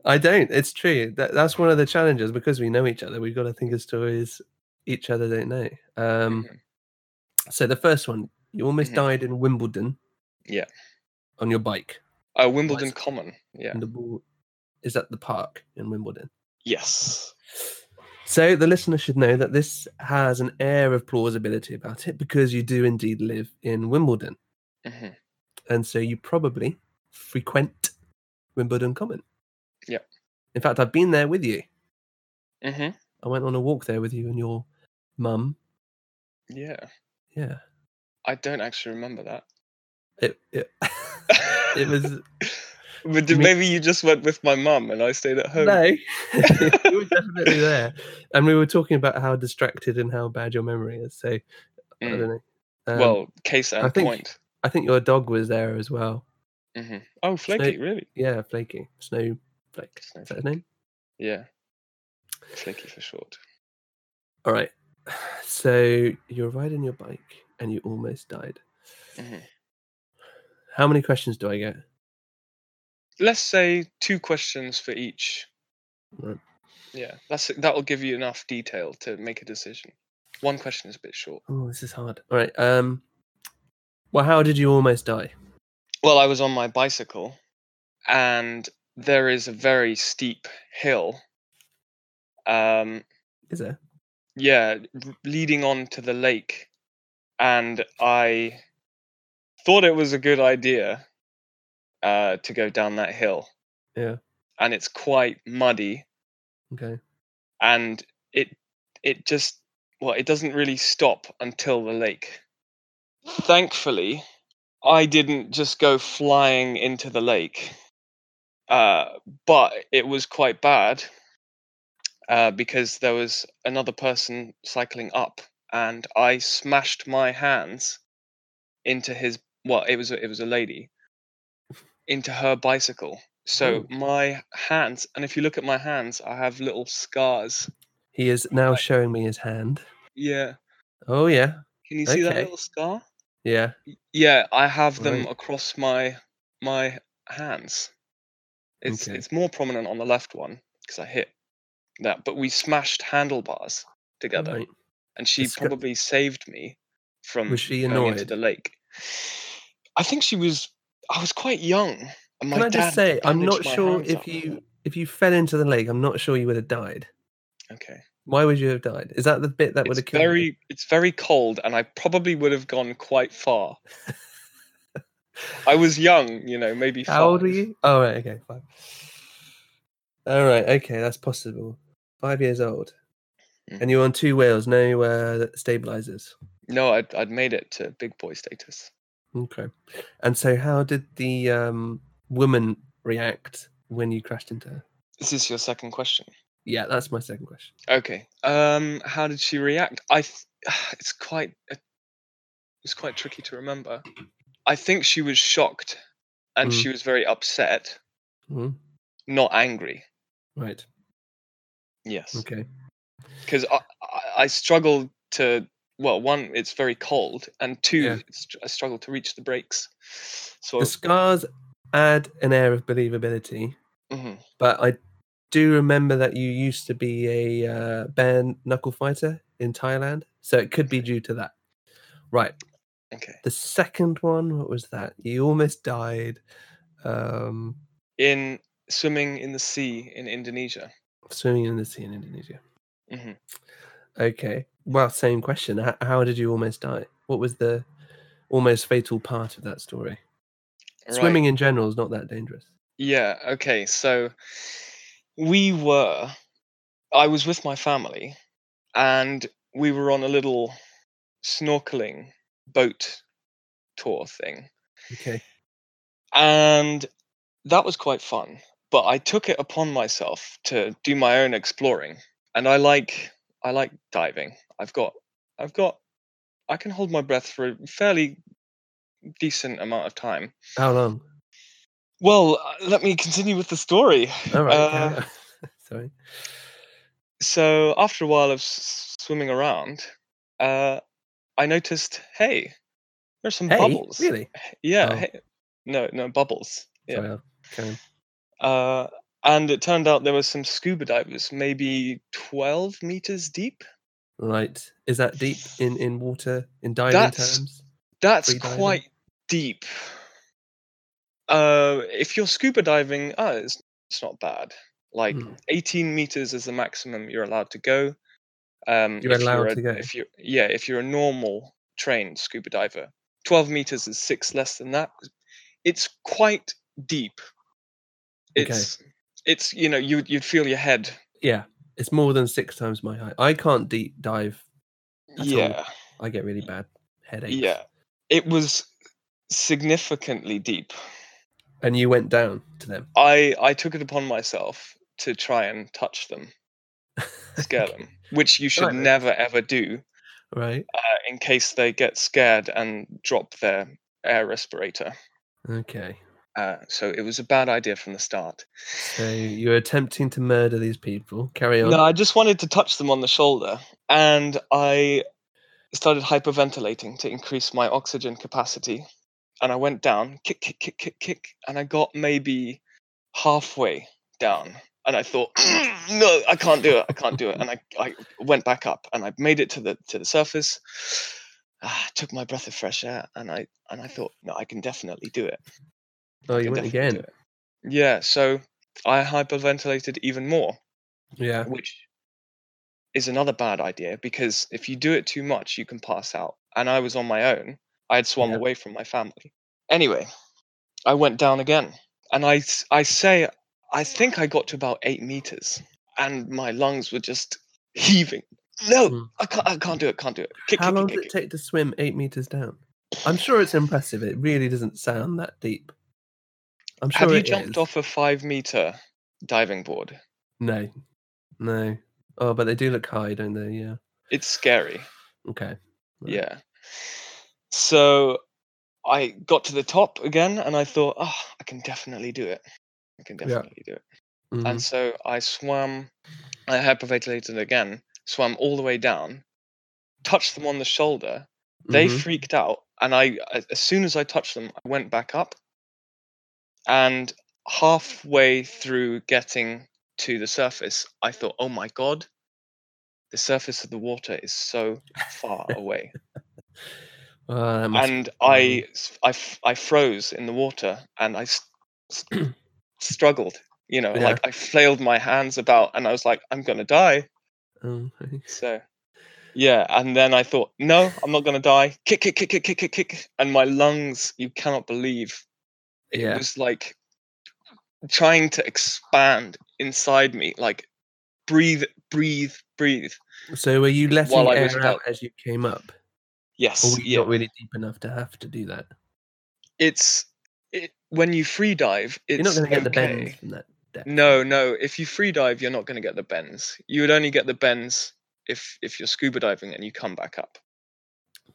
Speaker 1: I don't. It's true. That that's one of the challenges because we know each other. We've got to think of stories each other don't know. Um,
Speaker 2: Mhm.
Speaker 1: so the first one, you almost
Speaker 2: Mhm.
Speaker 1: died in Wimbledon.
Speaker 2: Yeah.
Speaker 1: On your bike.
Speaker 2: Uh, Wimbledon
Speaker 1: Bicycle.
Speaker 2: Common. Yeah.
Speaker 1: in the ball is at the park in Wimbledon.
Speaker 2: Yes.
Speaker 1: So the listener should know that this has an air of plausibility about it because you do indeed live in Wimbledon.
Speaker 2: hmm
Speaker 1: And so you probably frequent Wimbledon Common.
Speaker 2: Yep.
Speaker 1: In fact, I've been there with you.
Speaker 2: hmm
Speaker 1: I went on a walk there with you and your mum.
Speaker 2: Yeah.
Speaker 1: Yeah.
Speaker 2: I don't actually remember that.
Speaker 1: It it, *laughs* it was
Speaker 2: *laughs* But d-
Speaker 1: Me-
Speaker 2: maybe you just went with my mum and I stayed at home. *laughs*
Speaker 1: no. you were definitely there. And we were talking about how distracted and how bad your memory is. So I
Speaker 2: Mm.
Speaker 1: don't know. Um,
Speaker 2: well, case and
Speaker 1: think-
Speaker 2: point.
Speaker 1: I think your dog was there as well.
Speaker 2: hmm Oh,
Speaker 1: Snow-
Speaker 2: flaky, really?
Speaker 1: Yeah, Flaky. Snowflake.
Speaker 2: Snow
Speaker 1: Is that his name?
Speaker 2: Yeah. Flaky for short.
Speaker 1: All right. So you're riding your bike and you almost died.
Speaker 2: Mhm.
Speaker 1: How many questions do I get?
Speaker 2: Let's say two questions for each.
Speaker 1: Right.
Speaker 2: Yeah, that's that'll give you enough detail to make a decision. One question is a bit short.
Speaker 1: Oh, this is hard. All right. Um. Well, how did you almost die?
Speaker 2: Well, I was on my bicycle, and there is a very steep hill. Um,
Speaker 1: Is there?
Speaker 2: yeah, r- leading on to the lake, and I thought it was a good idea uh, to go down that hill.
Speaker 1: Yeah.
Speaker 2: and it's quite muddy,
Speaker 1: Okay.
Speaker 2: and it it just well, it doesn't really stop until the lake. Thankfully, I didn't just go flying into the lake, uh, but it was quite bad uh, because there was another person cycling up, and I smashed my hands into his. Well, it was a, it was a lady into her bicycle. So my hands, and if you look at my hands, I have little scars.
Speaker 1: He is now
Speaker 2: Right.
Speaker 1: showing me his hand.
Speaker 2: Yeah,
Speaker 1: Oh yeah.
Speaker 2: can you see that
Speaker 1: Okay.
Speaker 2: little scar?
Speaker 1: Yeah.
Speaker 2: Yeah, I have them
Speaker 1: Right.
Speaker 2: across my my hands. It's
Speaker 1: Okay.
Speaker 2: it's more prominent on the left one because I hit that, but we smashed handlebars together,
Speaker 1: Right.
Speaker 2: and she
Speaker 1: scar-
Speaker 2: probably saved me from
Speaker 1: Was she
Speaker 2: going into
Speaker 1: annoyed?
Speaker 2: the lake. I think she was. I was quite young, and my
Speaker 1: Can I
Speaker 2: dad
Speaker 1: just say I'm
Speaker 2: bandaged
Speaker 1: not
Speaker 2: my
Speaker 1: sure
Speaker 2: hands
Speaker 1: if
Speaker 2: up.
Speaker 1: you if you fell into the lake. I'm not sure you would have died.
Speaker 2: Okay.
Speaker 1: Why would you have died? Is that the bit that would
Speaker 2: it's
Speaker 1: have killed you?
Speaker 2: very it's very cold and i probably would have gone quite far i was young you know maybe
Speaker 1: How old were
Speaker 2: five.
Speaker 1: you? Oh, right, okay, fine. All right, okay, that's possible. Five years old,
Speaker 2: Mm.
Speaker 1: and you're on two wheels, no uh, stabilizers.
Speaker 2: no I'd, I'd made it to big boy status
Speaker 1: Okay, and so how did the um, woman react when you crashed into her?
Speaker 2: is this your second question
Speaker 1: Yeah, that's my second question.
Speaker 2: okay um how did she react i th- *sighs* it's quite a- it's quite tricky to remember i think she was shocked and
Speaker 1: Mm.
Speaker 2: she was very upset
Speaker 1: Mhm,
Speaker 2: not angry
Speaker 1: Right.
Speaker 2: yes
Speaker 1: Okay.
Speaker 2: because I, I I struggled to well one it's very cold and two
Speaker 1: Yeah.
Speaker 2: it's I struggle to reach the brakes. So
Speaker 1: The scars add an air of believability,
Speaker 2: mhm.
Speaker 1: but I do remember that you used to be a uh, bare knuckle fighter in Thailand, so it could be due to that. Right.
Speaker 2: okay
Speaker 1: the second one what was that you almost died um
Speaker 2: in swimming in the sea in Indonesia.
Speaker 1: swimming in the sea in indonesia
Speaker 2: Mhm.
Speaker 1: okay well same question H- how did you almost die what was the almost fatal part of that story
Speaker 2: Right.
Speaker 1: swimming in general is not that dangerous
Speaker 2: Yeah. Okay. So we were. I was with my family, and we were on a little snorkeling boat tour thing.
Speaker 1: okay
Speaker 2: and that was quite fun. But I took it upon myself to do my own exploring, and I like I like diving. I've got I've got I can hold my breath for a fairly decent amount of time.
Speaker 1: How long?
Speaker 2: Well, uh, let me continue with the story.
Speaker 1: All right.
Speaker 2: Uh,
Speaker 1: carry on. *laughs* Sorry.
Speaker 2: so after a while of s- swimming around, uh, I noticed, hey, there's some
Speaker 1: Hey,
Speaker 2: bubbles.
Speaker 1: really?
Speaker 2: Yeah.
Speaker 1: Oh.
Speaker 2: Hey, no, no bubbles. Yeah.
Speaker 1: Sorry, I'll carry on.
Speaker 2: Uh, and it turned out there were some scuba divers, maybe 12 meters deep.
Speaker 1: Right. Is that deep in, in water, in diving
Speaker 2: That's-
Speaker 1: terms?
Speaker 2: That's
Speaker 1: Free diving?
Speaker 2: quite deep. Uh, if you're scuba diving, uh, it's, it's not bad. Like
Speaker 1: Hmm.
Speaker 2: 18 meters is the maximum you're allowed to go. Um,
Speaker 1: You're
Speaker 2: if
Speaker 1: allowed
Speaker 2: a,
Speaker 1: to go?
Speaker 2: If you yeah, if you're a normal trained scuba diver, 12 meters is six less than that. It's quite deep.
Speaker 1: Okay.
Speaker 2: It's it's you know you you'd feel your head.
Speaker 1: Yeah. It's more than six times my height. I can't deep dive. That's all.
Speaker 2: yeah,
Speaker 1: I get really bad headaches.
Speaker 2: yeah. It was significantly deep.
Speaker 1: And you went down to them.
Speaker 2: I I took it upon myself to try and touch them, scare them, which you should
Speaker 1: Right.
Speaker 2: never ever do
Speaker 1: *laughs* Right.
Speaker 2: uh, in case they get scared and drop their air respirator.
Speaker 1: Okay.
Speaker 2: Uh, so it was a bad idea from the start.
Speaker 1: So you're attempting to murder these people. Carry on.
Speaker 2: No, I just wanted to touch them on the shoulder, and I started hyperventilating to increase my oxygen capacity. And I went down, kick, kick, kick, kick, kick, and I got maybe halfway down. And I thought, "Mm, no, I can't do it. I can't do it. And I, I went back up, and I made it to the to the surface. Ah, took my breath of fresh air, and I and I thought, no, I can definitely do it.
Speaker 1: oh,
Speaker 2: I
Speaker 1: you
Speaker 2: can
Speaker 1: went
Speaker 2: definitely do
Speaker 1: again.
Speaker 2: it. Yeah. So I hyperventilated even more
Speaker 1: *laughs* Yeah.
Speaker 2: which is another bad idea because if you do it too much, you can pass out. And I was on my own. I had swum
Speaker 1: Yeah.
Speaker 2: away from my family. Anyway, I went down again, and I s- I say I think I got to about eight meters, and my lungs were just *laughs* heaving. No,
Speaker 1: Mm.
Speaker 2: I can't. I can't do it. Can't do it. Kick,
Speaker 1: How
Speaker 2: kick,
Speaker 1: long
Speaker 2: kick,
Speaker 1: did
Speaker 2: kick,
Speaker 1: it take to swim eight meters down? I'm sure it's impressive. It really doesn't sound that deep. I'm
Speaker 2: kick.
Speaker 1: sure
Speaker 2: Have you
Speaker 1: it
Speaker 2: jumped
Speaker 1: is.
Speaker 2: off a five meter diving board?
Speaker 1: No, no. Oh, but they do look high, don't they? Yeah.
Speaker 2: It's scary.
Speaker 1: Okay. Right.
Speaker 2: Yeah. So I got to the top again and I thought, oh, I can definitely do it. I can
Speaker 1: Yeah.
Speaker 2: definitely do it.
Speaker 1: Mhm.
Speaker 2: And so I swam, I hyperventilated again, swam all the way down, touched them on the shoulder. They
Speaker 1: Mhm.
Speaker 2: freaked out. And I, a- as soon as I touched them, I went back up. And halfway through getting to the surface, I thought, oh my God, the surface of the water is so
Speaker 1: *laughs*
Speaker 2: far away
Speaker 1: Well, that must-
Speaker 2: and
Speaker 1: um,
Speaker 2: I, s- I f- I froze in the water and I s- s- *clears throat* struggled. You know,
Speaker 1: Yeah.
Speaker 2: like I flailed my hands about and I was like, I'm gonna die.
Speaker 1: um,
Speaker 2: So, yeah. And then I thought, no, I'm not gonna die. Kick, kick, kick, kick, kick, kick, kick. And my lungs, you cannot believe, it
Speaker 1: yeah.
Speaker 2: was like trying to expand inside me, like breathe, breathe, breathe.
Speaker 1: So were you letting
Speaker 2: while I was
Speaker 1: air out
Speaker 2: about-
Speaker 1: as you came up, or
Speaker 2: Yes,
Speaker 1: were you
Speaker 2: yeah.
Speaker 1: not really deep enough to have to do that?
Speaker 2: It's it, when you free dive, it's
Speaker 1: You're not going to get the
Speaker 2: okay.
Speaker 1: bends from that. Depth.
Speaker 2: No, no. If you free dive, you're not going to get the bends. You would only get the bends if if you're scuba diving and you come back up,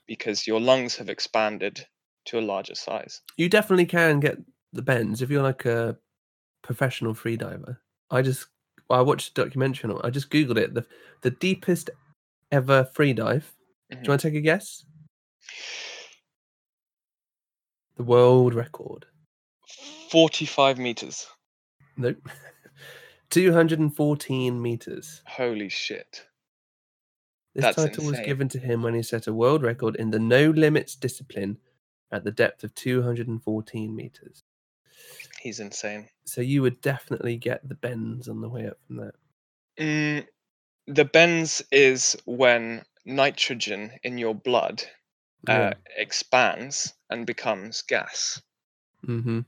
Speaker 2: because your lungs have expanded to a larger size.
Speaker 1: You definitely can get the bends if you're like a professional freediver. I just I watched a documentary on it. I just googled it. The the deepest ever freedive. Do
Speaker 2: Mhm.
Speaker 1: you want to take a guess? The world record.
Speaker 2: Forty-five meters.
Speaker 1: Nope. *laughs* 214 meters.
Speaker 2: Holy shit!
Speaker 1: This
Speaker 2: That's
Speaker 1: title was
Speaker 2: insane.
Speaker 1: given to him when he set a world record in the no limits discipline at the depth of 214 meters.
Speaker 2: He's insane.
Speaker 1: So you would definitely get the bends on the way up from that.
Speaker 2: Mm, the bends is when nitrogen in your blood uh, expands and becomes gas.
Speaker 1: Mm-hmm.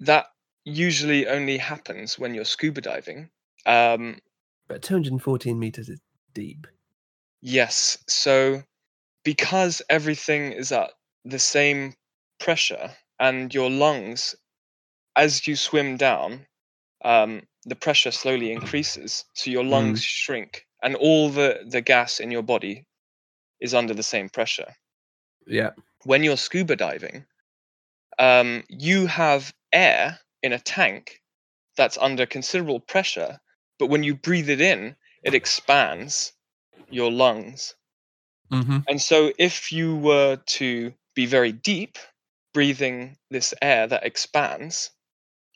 Speaker 2: That usually only happens when you're scuba diving. Um,
Speaker 1: But 214 meters is deep.
Speaker 2: Yes. So because everything is at the same pressure and your lungs as you swim down, um, the pressure slowly increases, so your lungs shrink, and all the the gas in your body is under the same pressure.
Speaker 1: Yeah.
Speaker 2: When you're scuba diving, um, you have air in a tank that's under considerable pressure, but when you breathe it in, it expands your lungs
Speaker 1: Mm-hmm.
Speaker 2: and so, if you were to be very deep, breathing this air that expands,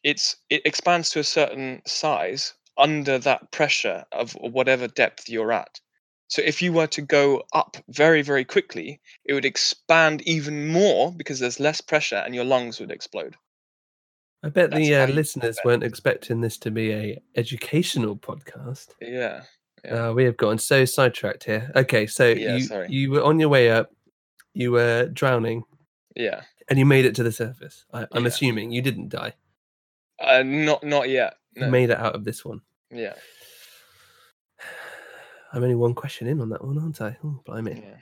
Speaker 2: it's it expands to a certain size under that pressure of whatever depth you're at. So, if you were to go up very, very quickly, it would expand even more because there's less pressure and your lungs would explode.
Speaker 1: I bet
Speaker 2: That's
Speaker 1: the
Speaker 2: how
Speaker 1: uh,
Speaker 2: you
Speaker 1: listeners
Speaker 2: bet.
Speaker 1: weren't expecting this to be a educational podcast.
Speaker 2: Yeah. Yeah.
Speaker 1: Uh, we have gotten so sidetracked here. Okay, so
Speaker 2: Yeah,
Speaker 1: you
Speaker 2: sorry.
Speaker 1: you were on your way up, you were drowning,
Speaker 2: Yeah.
Speaker 1: and you made it to the surface. I, I'm
Speaker 2: Yeah.
Speaker 1: assuming you didn't die.
Speaker 2: Uh, not not yet.
Speaker 1: You
Speaker 2: No.
Speaker 1: made it out of this one.
Speaker 2: Yeah.
Speaker 1: I'm only one question in on that one, aren't I? Oh, blimey.
Speaker 2: Yeah.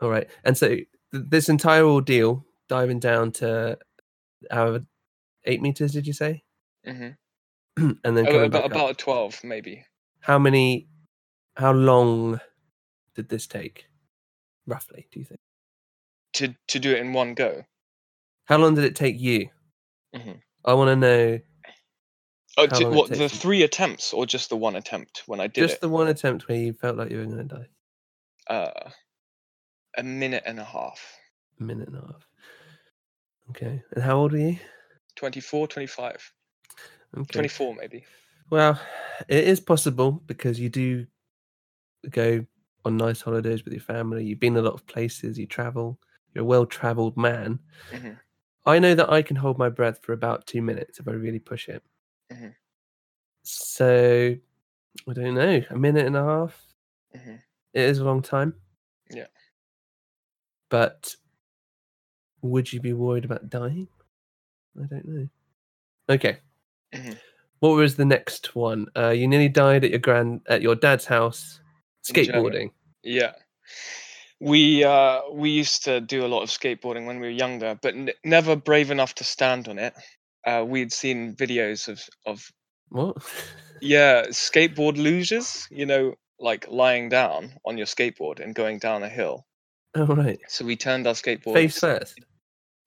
Speaker 1: All right. And so th- this entire ordeal, diving down to our eight meters, did you say? *clears throat*
Speaker 2: hmm
Speaker 1: and then coming back
Speaker 2: Oh, About
Speaker 1: up.
Speaker 2: about twelve, maybe.
Speaker 1: How many? How long did this take? Roughly, do you think?
Speaker 2: To to do it in one go.
Speaker 1: How long did it take you?
Speaker 2: Mhm.
Speaker 1: I want to know
Speaker 2: Oh,
Speaker 1: how
Speaker 2: d-
Speaker 1: long it
Speaker 2: what the
Speaker 1: takes you.
Speaker 2: three attempts or just the one attempt when I did
Speaker 1: Just
Speaker 2: it?
Speaker 1: the one attempt where you felt like you were going to die.
Speaker 2: Uh, a minute and a half.
Speaker 1: A minute and a half. Okay. And how old are you?
Speaker 2: 24, 25,
Speaker 1: Okay.
Speaker 2: 24 maybe.
Speaker 1: Well, it is possible because you do go on nice holidays with your family. You've been a lot of places. You travel. You're a well-traveled man.
Speaker 2: Mhm.
Speaker 1: I know that I can hold my breath for about two minutes if I really push it.
Speaker 2: Mhm.
Speaker 1: So I don't know, a minute and a half.
Speaker 2: Mhm.
Speaker 1: It is a long time.
Speaker 2: Yeah.
Speaker 1: But would you be worried about dying? I don't know. Okay.
Speaker 2: Mhm.
Speaker 1: What was the next one? Uh, you nearly died at your grand at your dad's house
Speaker 2: In Germany.
Speaker 1: skateboarding.
Speaker 2: Yeah. We uh, we used to do a lot of skateboarding when we were younger, but n- never brave enough to stand on it. Uh, we'd seen videos of of
Speaker 1: What? *laughs*
Speaker 2: yeah skateboard luges, you know, like lying down on your skateboard and going down a hill.
Speaker 1: All right.
Speaker 2: So we turned our skateboards.
Speaker 1: Face
Speaker 2: *laughs*
Speaker 1: first.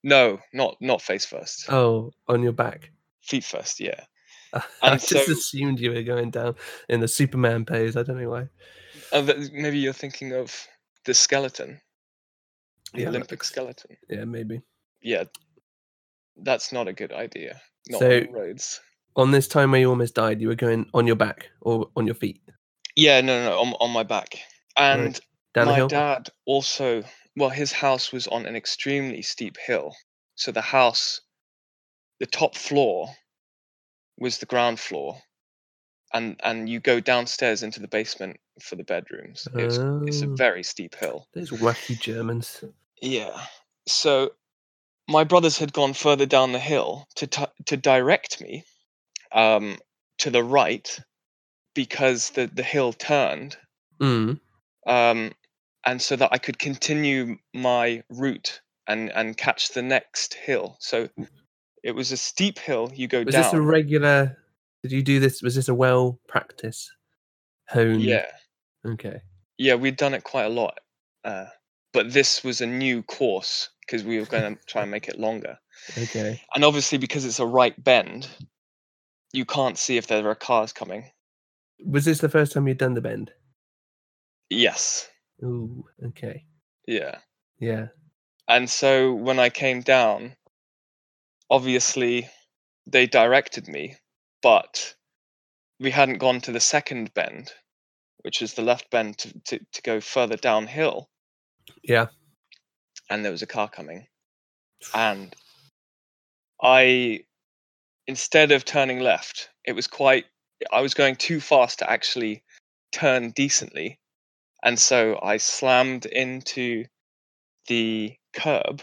Speaker 2: No, not not face first.
Speaker 1: Oh, on your back. *laughs*
Speaker 2: feet first, yeah.
Speaker 1: I
Speaker 2: And
Speaker 1: just
Speaker 2: so-
Speaker 1: assumed you were going down in the Superman pose. I don't know why.
Speaker 2: Uh, th- maybe you're thinking of the skeleton, the
Speaker 1: Yeah,
Speaker 2: Olympic
Speaker 1: that's-
Speaker 2: skeleton.
Speaker 1: Yeah, maybe.
Speaker 2: Yeah, that's not a good idea. Not
Speaker 1: So-
Speaker 2: on the roads.
Speaker 1: On this time where you almost died, you were going on your back or on your feet
Speaker 2: Yeah, no, no, on, on my back.
Speaker 1: Right.
Speaker 2: And
Speaker 1: down a
Speaker 2: my
Speaker 1: hill.
Speaker 2: dad also, well, his house was on an extremely steep hill. So the house, the top floor was the ground floor. And, and you go downstairs into the basement for the bedrooms. It's, it's a
Speaker 1: Oh.
Speaker 2: very steep hill.
Speaker 1: Those wacky Germans.
Speaker 2: Yeah. So my brothers had gone further down the hill to t- to direct me um, to the right because the the hill turned,
Speaker 1: Mm.
Speaker 2: um, and so that I could continue my route and and catch the next hill. So it was a steep hill. You go
Speaker 1: Mm. Was
Speaker 2: down.
Speaker 1: this a regular? Did you do this? Was this a well practice honed?
Speaker 2: yeah,
Speaker 1: Okay.
Speaker 2: yeah, we'd done it quite a lot, uh, but this was a new course because we were going to try and make it longer.
Speaker 1: Okay.
Speaker 2: and obviously because it's a right bend you can't see if there are cars coming
Speaker 1: Was this the first time you'd done the bend?
Speaker 2: yes
Speaker 1: Ooh. Okay.
Speaker 2: yeah
Speaker 1: Yeah.
Speaker 2: and so when i came down obviously they directed me but we hadn't gone to the second bend which is the left bend to, to, to go further downhill
Speaker 1: Yeah.
Speaker 2: and there was a car coming
Speaker 1: *sighs*
Speaker 2: and i instead of turning left it was quite i was going too fast to actually turn decently and so I slammed into the curb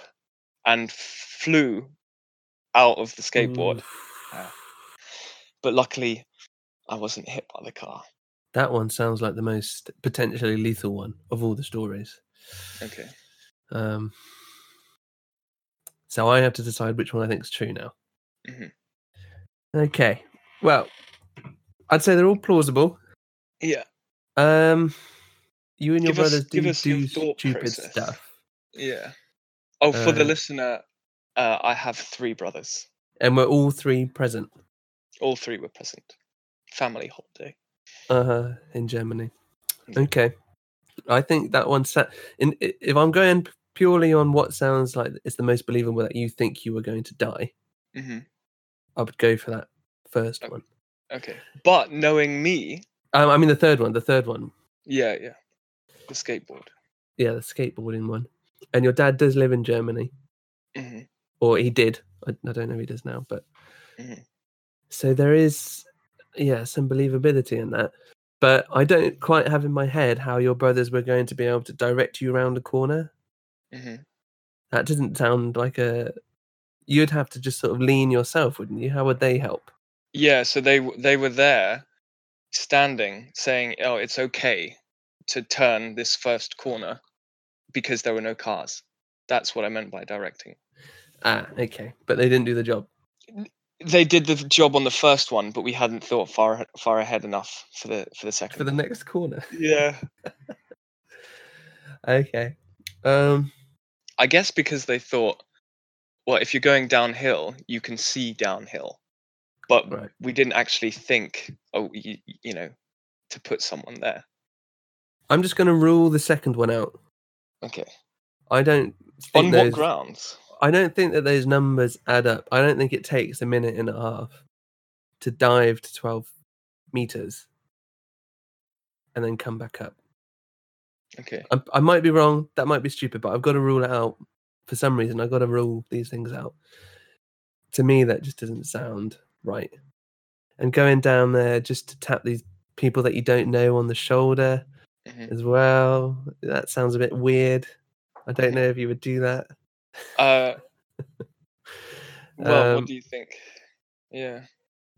Speaker 2: and flew out of the skateboard.
Speaker 1: Oof.
Speaker 2: Uh, But luckily, I wasn't hit by the car.
Speaker 1: That one sounds like the most potentially lethal one of all the stories.
Speaker 2: Okay.
Speaker 1: Um, so I have to decide which one I think is true now.
Speaker 2: Mhm.
Speaker 1: Okay. Well, I'd say they're all plausible.
Speaker 2: Yeah.
Speaker 1: Um, you and your
Speaker 2: Give us-
Speaker 1: brothers do
Speaker 2: give us your
Speaker 1: do
Speaker 2: thought
Speaker 1: stupid
Speaker 2: process.
Speaker 1: stuff,
Speaker 2: Yeah. Oh, for the
Speaker 1: Uh,
Speaker 2: listener, uh, I have three brothers.
Speaker 1: and we're all three present.
Speaker 2: All three were present. Family holiday.
Speaker 1: Uh huh. In Germany.
Speaker 2: Yeah.
Speaker 1: Okay. I think that one. Sa- in i- if I'm going purely on what sounds like it's the most believable that you think you were going to die,
Speaker 2: hmm
Speaker 1: I would go for that first
Speaker 2: Okay.
Speaker 1: one.
Speaker 2: Okay. But knowing me,
Speaker 1: Um, I mean the third one. The third one.
Speaker 2: yeah, yeah, the skateboard.
Speaker 1: Yeah, the skateboarding one. And your dad does live in Germany,
Speaker 2: hmm
Speaker 1: or he did. I, I don't know if he does now, but
Speaker 2: Mhm.
Speaker 1: so there is, yeah, some believability in that. But I don't quite have in my head how your brothers were going to be able to direct you around a corner.
Speaker 2: hmm
Speaker 1: That doesn't sound like a. You'd have to just sort of lean yourself, wouldn't you? How would they help?
Speaker 2: Yeah. So they w- they were there, standing, saying, "Oh, it's okay to turn this first corner," because there were no cars. That's what I meant by directing.
Speaker 1: Ah, okay. But they didn't do the job.
Speaker 2: They did the job on the first one, but we hadn't thought far ahe- far ahead enough for the for the second.
Speaker 1: For the next corner. *laughs*
Speaker 2: yeah.
Speaker 1: Okay. Um.
Speaker 2: I guess because they thought, well, if you're going downhill, you can see downhill. But
Speaker 1: Right.
Speaker 2: we didn't actually think, oh, you, you know, to put someone there.
Speaker 1: I'm just going to rule the second one out.
Speaker 2: Okay.
Speaker 1: I don't. Think
Speaker 2: On what
Speaker 1: those-
Speaker 2: grounds?
Speaker 1: I don't think that those numbers add up. I don't think it takes a minute and a half to dive to 12 meters and then come back up.
Speaker 2: Okay.
Speaker 1: I, I might be wrong. That might be stupid, but I've got to rule it out for some reason. I've got to rule these things out. To me, that just doesn't sound right. And going down there just to tap these people that you don't know on the shoulder
Speaker 2: Mhm.
Speaker 1: as well, that sounds a bit weird. I don't
Speaker 2: Mhm.
Speaker 1: know if you would do that. *laughs*
Speaker 2: Uh, well,
Speaker 1: Um,
Speaker 2: what do you think? Yeah.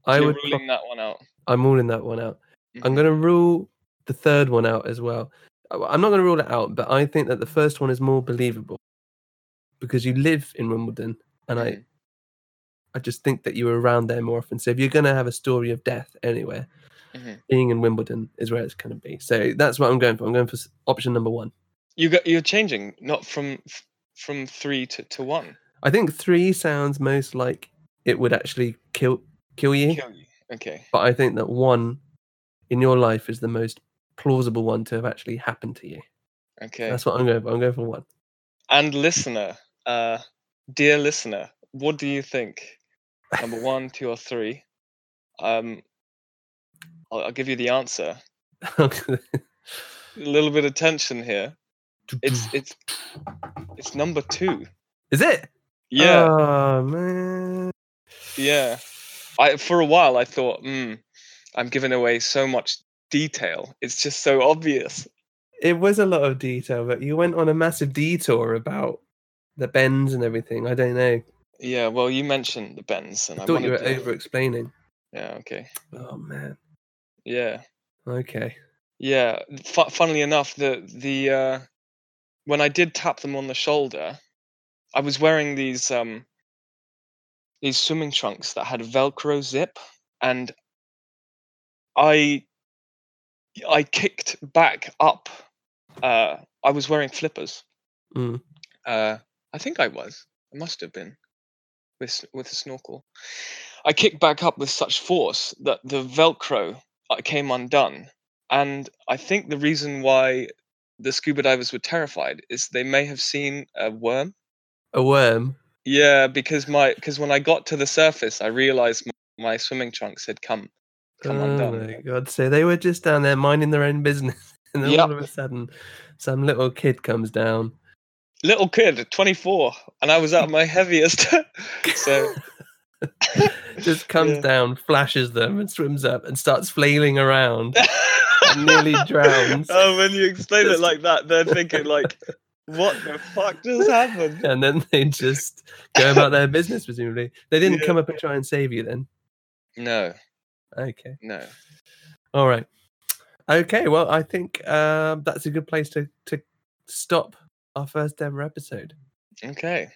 Speaker 1: I
Speaker 2: so you're
Speaker 1: would. pro-
Speaker 2: ruling that one out.
Speaker 1: I'm ruling that one out. I'm
Speaker 2: Mhm.
Speaker 1: going to rule the third one out as well. Uh, well, I'm not going to rule it out, but I think that the first one is more believable because you live in Wimbledon, and I,
Speaker 2: Mhm.
Speaker 1: I just think that you were around there more often. So if you're going to have a story of death anywhere,
Speaker 2: Mhm.
Speaker 1: being in Wimbledon is where it's going to be. So that's what I'm going for. I'm going for s- option number one.
Speaker 2: You got you're changing not from f- from three to, to one.
Speaker 1: I think three sounds most like it would actually kill kill you,
Speaker 2: Kill you. Okay.
Speaker 1: but I think that one in your life is the most plausible one to have actually happened to you.
Speaker 2: Okay.
Speaker 1: That's what I'm going for. I'm going for one. *laughs*
Speaker 2: and listener, uh, dear listener, what do you think?
Speaker 1: *laughs*
Speaker 2: Number one, two, or three? Um, I'll, I'll give you the answer. A little bit of tension here.
Speaker 1: Mm.
Speaker 2: It's it's it's number two.
Speaker 1: Is it?
Speaker 2: Yeah,
Speaker 1: Oh man.
Speaker 2: yeah. I for a while I thought, hmm, I'm giving away so much detail. It's just so obvious.
Speaker 1: It was a lot of detail, but you went on a massive detour about the bends and everything. I don't know.
Speaker 2: Yeah. Well, you mentioned the bends, and
Speaker 1: I
Speaker 2: I
Speaker 1: thought you were
Speaker 2: wanted to-
Speaker 1: over explaining.
Speaker 2: Yeah. Okay.
Speaker 1: Oh man.
Speaker 2: Yeah.
Speaker 1: Okay.
Speaker 2: Yeah, fu- funnily enough, the the uh, when I did tap them on the shoulder, I was wearing these um these swimming trunks that had a Velcro zip, and I I kicked back up. Uh, I was wearing flippers.
Speaker 1: Mm.
Speaker 2: Uh, I think I was. I must have been with s- with a snorkel. I kicked back up with such force that the Velcro uh, came undone, and I think the reason why the scuba divers were terrified is they may have seen a worm.
Speaker 1: A worm.
Speaker 2: Yeah, because my because when I got to the surface, I realized my, my swimming trunks had come come
Speaker 1: oh
Speaker 2: undone.
Speaker 1: my god. So they were just down there minding their own business. *laughs* And then all
Speaker 2: Yep.
Speaker 1: of a sudden, some little kid comes down.
Speaker 2: Little kid, 24, and I was at my heaviest. *laughs* so
Speaker 1: just comes
Speaker 2: Yeah.
Speaker 1: down, flashes them, and swims up and starts flailing around. *laughs* Nearly drowns.
Speaker 2: *laughs* Oh, when you explain
Speaker 1: Just-
Speaker 2: it like that, they're thinking like, "What the fuck
Speaker 1: *laughs*
Speaker 2: just happened?"
Speaker 1: and then they just go about their business, presumably. They didn't
Speaker 2: Yeah.
Speaker 1: come up and try and save you then.
Speaker 2: No,
Speaker 1: Okay.
Speaker 2: no.
Speaker 1: All right. Okay. Well, I think um, uh, that's a good place to, to stop our first ever episode.
Speaker 2: Okay.